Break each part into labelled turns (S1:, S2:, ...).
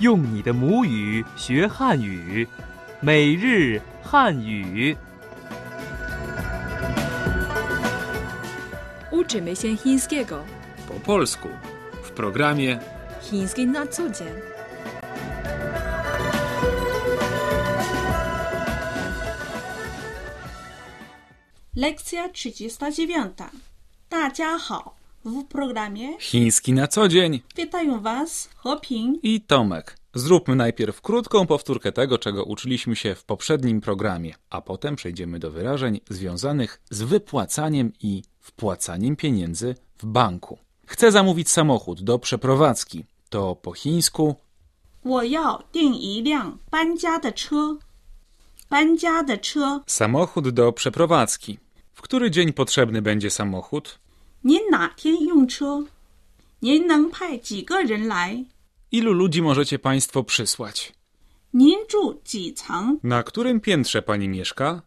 S1: 用你的母语学汉语，每日汉语。
S2: Uczymy się chińskiego.
S3: po polsku w programie
S2: Chiński na co dzień.
S4: Lekcja 39. 大家好 w programie
S3: Chiński na co dzień
S4: witają Was Hoping.
S3: i Tomek. Zróbmy najpierw krótką powtórkę tego, czego uczyliśmy się w poprzednim programie, a potem przejdziemy do wyrażeń związanych z wypłacaniem i wpłacaniem pieniędzy w banku. Chcę zamówić samochód do przeprowadzki. To po chińsku
S4: 我要订一辆搬家的车。搬家的车，
S3: samochód do przeprowadzki. W który dzień potrzebny będzie samochód?
S4: 您哪天用车？您能派几个人来？
S3: Ilu ludzi możecie Państwo przysłać?
S4: 您住几层？
S3: Na którym piętrze Pani mieszka?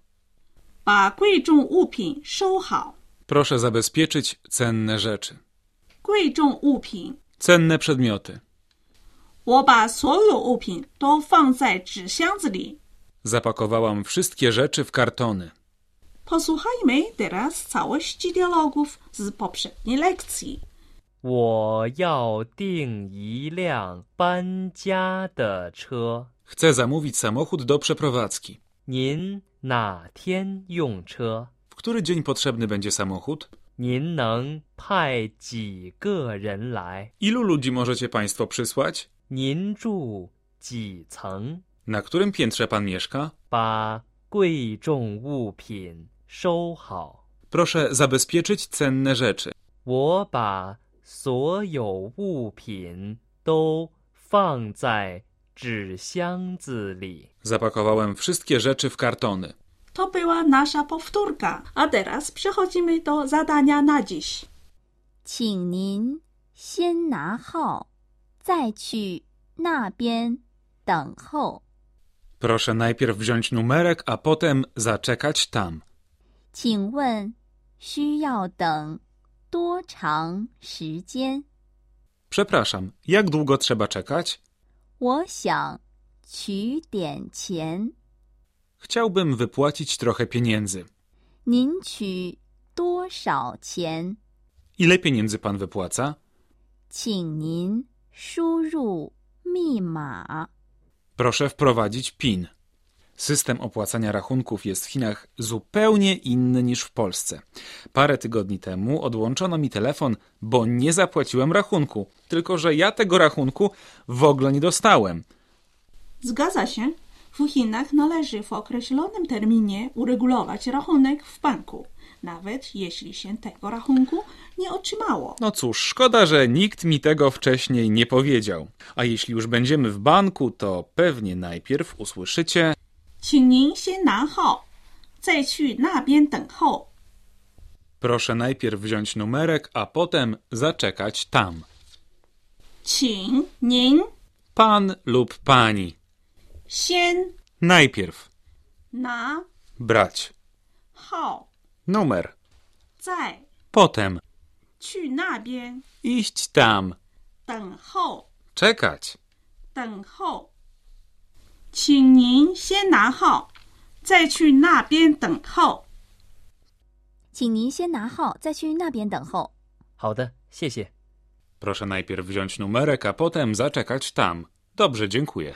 S4: 把贵重物品收好。
S3: Proszę zabezpieczyć cenne rzeczy.
S4: 贵重物品，
S3: Cenne przedmioty.
S4: 我把所有物品都放在纸箱子里。
S3: Zapakowałam wszystkie rzeczy w kartony.
S4: Posłuchajmy teraz całości dialogów z poprzedniej lekcji.
S1: 我要订一辆搬家的车，
S3: Chcę zamówić samochód do przeprowadzki.
S1: 您哪天用车？
S3: W który dzień potrzebny będzie samochód?
S1: 您能派几个人来？
S3: Ilu ludzi możecie Państwo przysłać?
S1: 您住几层？
S3: Na którym piętrze Pan mieszka?
S1: 把贵重物品收好。
S3: Proszę zabezpieczyć cenne rzeczy.
S1: 我把所有物品都放在纸箱子里。
S3: Zapakowałem wszystkie rzeczy w kartony.
S4: To była nasza powtórka, a teraz przechodzimy do zadania na dziś.
S5: 请您先拿号，再去那边等候。
S3: Proszę najpierw wziąć numerek, a potem zaczekać tam.
S5: 请问需要等多长时间？
S3: Przepraszam, jak długo trzeba czekać?
S5: 我想取点钱，
S3: Chciałbym wypłacić trochę pieniędzy.
S5: 您取多少钱？
S3: Ile pieniędzy Pan wypłaca?
S5: 请您输入密码。
S3: Proszę wprowadzić PIN. System opłacania rachunków jest w Chinach zupełnie inny niż w Polsce. Parę tygodni temu odłączono mi telefon, bo nie zapłaciłem rachunku, tylko że ja tego rachunku w ogóle nie dostałem.
S4: Zgadza się, w Chinach należy w określonym terminie uregulować rachunek w banku, nawet jeśli się tego rachunku nie otrzymało.
S3: No cóż, szkoda, że nikt mi tego wcześniej nie powiedział. A jeśli już będziemy w banku, to pewnie najpierw usłyszycie
S4: 请您先拿号，再去那边等候。
S3: proszę najpierw wziąć numerek, a potem zaczekać tam.
S4: 请您
S3: Pan lub pani.
S4: 先
S3: Najpierw
S4: 拿
S3: brać
S4: 号，
S3: numer,
S4: 再
S3: potem
S4: 去那边
S3: iść tam,
S4: 等候，
S3: czekać.
S4: 等候。请您先拿号，再去那边等候。
S5: 请您先拿号，再去那边等候。
S1: 好的，谢谢。
S3: Proszę najpierw wziąć numerek, a potem zaczekać tam. Dobrze, dziękuję.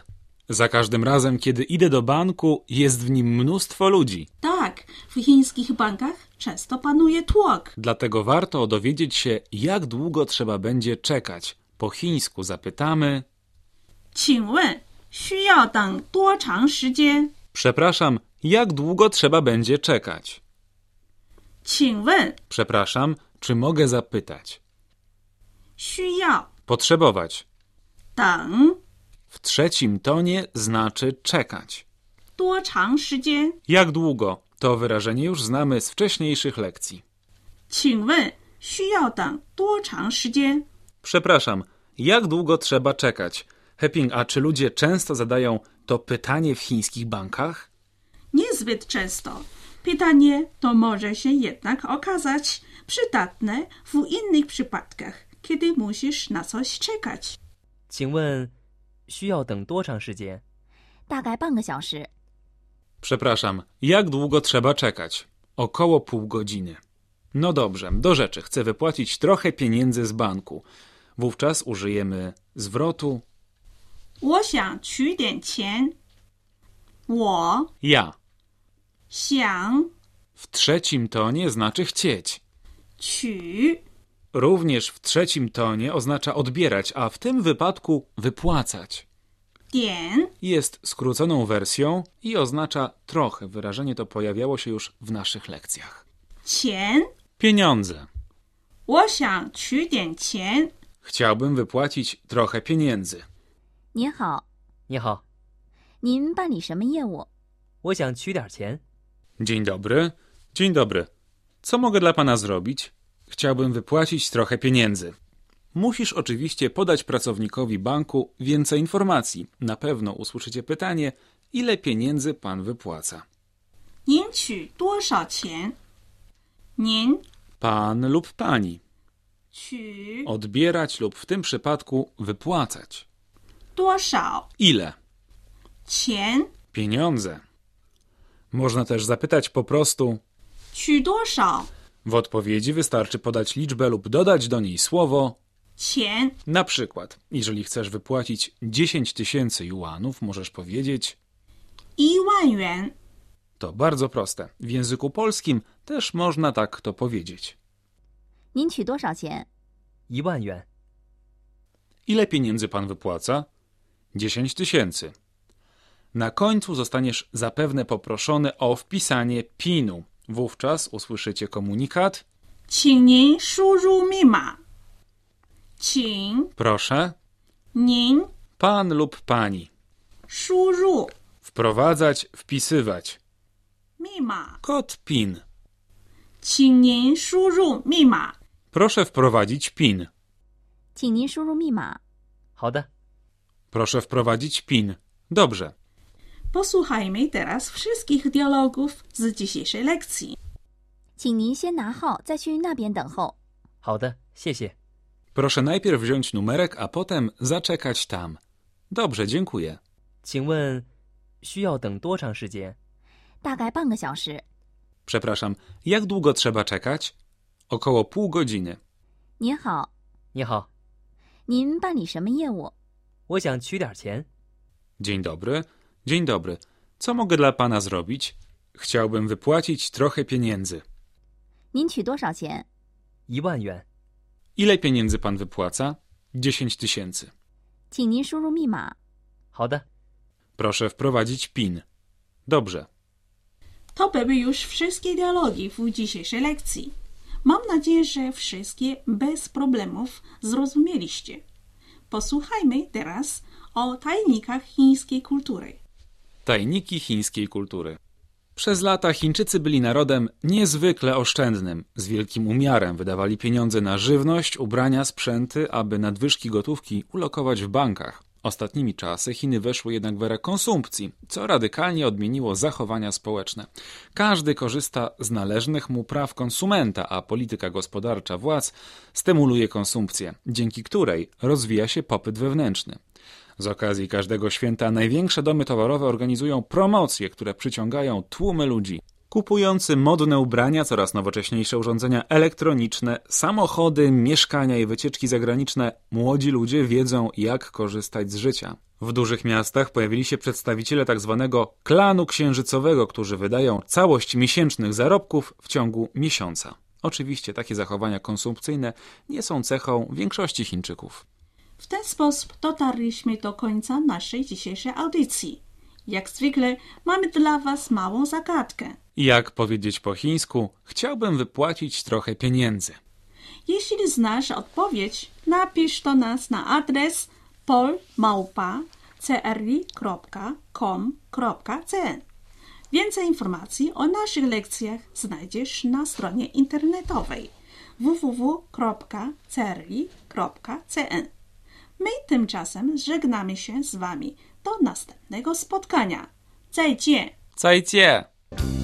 S3: Za każdym razem, kiedy idę do banku, jest w nim mnóstwo ludzi.
S4: Tak, w chińskich bankach często panuje tłok.
S3: Dlatego warto dowiedzieć się, jak długo trzeba będzie czekać. Po chińsku zapytamy:
S4: 请问需要等多长时间？
S3: Przepraszam, jak długo trzeba będzie czekać?
S4: 请问
S3: Przepraszam, czy mogę zapytać?
S4: 需要
S3: Potrzebować.
S4: 等
S3: W trzecim tonie znaczy czekać.
S4: 多长时间？
S3: Jak długo? To wyrażenie już znamy z wcześniejszych lekcji.
S4: 请问需要等多长时间？
S3: Przepraszam, jak długo trzeba czekać? Heping, a czy ludzie często zadają to pytanie w chińskich bankach?
S4: Niezbyt często. Pytanie to może się jednak okazać przydatne w innych przypadkach, kiedy musisz na coś czekać.
S1: 请问需要等多长时间？
S5: 大概半个小时。
S3: Przepraszam, jak długo trzeba czekać? Około pół godziny. No dobrze, do rzeczy. Chcę wypłacić trochę pieniędzy z banku. Wówczas użyjemy zwrotu
S4: 我想取点钱。我
S3: ja.
S4: 想
S3: W trzecim tonie znaczy chcieć.
S4: 取
S3: Również w trzecim tonie oznacza odbierać, a w tym wypadku wypłacać.
S4: 点
S3: Jest skróconą wersją i oznacza trochę. Wyrażenie to pojawiało się już w naszych lekcjach.
S4: 钱。
S3: Pieniądze.
S4: 我想取点钱。
S3: Chciałbym wypłacić trochę pieniędzy.
S5: 您好，
S1: 你好，
S5: 您办理什么业务？
S1: 我想取点钱。
S3: Dzień dobry. Dzień dobry. Co mogę dla pana zrobić? Chciałbym wypłacić trochę pieniędzy. Musisz oczywiście podać pracownikowi banku więcej informacji. Na pewno usłyszycie pytanie, ile pieniędzy pan wypłaca.
S4: 您取多少钱？您
S3: Pan lub pani.
S4: 取
S3: Odbierać lub w tym przypadku wypłacać.
S4: 多少
S3: Ile?
S4: 钱？
S3: Pieniądze. Można też zapytać po prostu.
S4: 取多少
S3: W odpowiedzi wystarczy podać liczbę lub dodać do niej słowo
S4: 钱？
S3: Na przykład, jeżeli chcesz wypłacić 10 tysięcy juanów, możesz powiedzieć
S4: 一万元。
S3: to bardzo proste. W języku polskim też można tak to powiedzieć.
S5: 您取多少钱？
S1: 一万元，
S3: Ile pieniędzy pan wypłaca? 10 tysięcy. Na końcu zostaniesz zapewne poproszony o wpisanie PIN-u. Wówczas usłyszycie komunikat
S4: 请您输入密码。请
S3: proszę
S4: 您
S3: pan lub pani.
S4: 输入
S3: Wprowadzać, wpisywać.
S4: 密码。
S3: Kod PIN.
S4: 请您输入密码。
S3: Proszę wprowadzić PIN.
S5: 请您输入密码。
S1: 好的，
S3: Proszę wprowadzić PIN. Dobrze.
S4: Posłuchajmy teraz wszystkich dialogów z dzisiejszej lekcji.
S5: 请您先拿号，再去那边等候。
S1: 好的，谢谢。
S3: Proszę najpierw wziąć numerek, a potem zaczekać tam. Dobrze, dziękuję.
S1: 请问需要等多长时间？
S5: 大概半个小时。
S3: Przepraszam, jak długo trzeba czekać? Około pół godziny.
S5: 您好，
S1: 你好，
S5: 您办理什么业务？
S1: 我想取点钱。
S3: Dzień dobry. Dzień dobry. Co mogę dla pana zrobić? Chciałbym wypłacić trochę pieniędzy.
S5: 您取多少钱？
S1: 一万元，
S3: Ile pieniędzy pan wypłaca? 10 tysięcy.
S5: 请您输入密码。
S1: 好的，
S3: Proszę wprowadzić PIN. Dobrze.
S4: To były już wszystkie dialogi w dzisiejszej lekcji. Mam nadzieję, że wszystkie bez problemów zrozumieliście. Posłuchajmy teraz o tajnikach chińskiej kultury.
S3: Tajniki chińskiej kultury. Przez lata Chińczycy byli narodem niezwykle oszczędnym. Z wielkim umiarem wydawali pieniądze na żywność, ubrania, sprzęty, aby nadwyżki gotówki ulokować w bankach. Ostatnimi czasy Chiny weszły jednak w erę konsumpcji, co radykalnie odmieniło zachowania społeczne. Każdy korzysta z należnych mu praw konsumenta, a polityka gospodarcza władz stymuluje konsumpcję, dzięki której rozwija się popyt wewnętrzny. Z okazji każdego święta największe domy towarowe organizują promocje, które przyciągają tłumy ludzi. Kupujący modne ubrania, coraz nowocześniejsze urządzenia elektroniczne, samochody, mieszkania i wycieczki zagraniczne, młodzi ludzie wiedzą, jak korzystać z życia. W dużych miastach pojawili się przedstawiciele tzw. klanu księżycowego, którzy wydają całość miesięcznych zarobków w ciągu miesiąca. Oczywiście takie zachowania konsumpcyjne nie są cechą większości Chińczyków.
S4: W ten sposób dotarliśmy do końca naszej dzisiejszej audycji. Jak zwykle mamy dla Was małą zagadkę.
S3: Jak powiedzieć po chińsku, chciałbym wypłacić trochę pieniędzy.
S4: Jeśli znasz odpowiedź, napisz do nas na adres polmałpa.cri.com.cn. Więcej informacji o naszych lekcjach znajdziesz na stronie internetowej www.cri.cn. My tymczasem żegnamy się z Wami do następnego spotkania. 再见。
S3: 再见。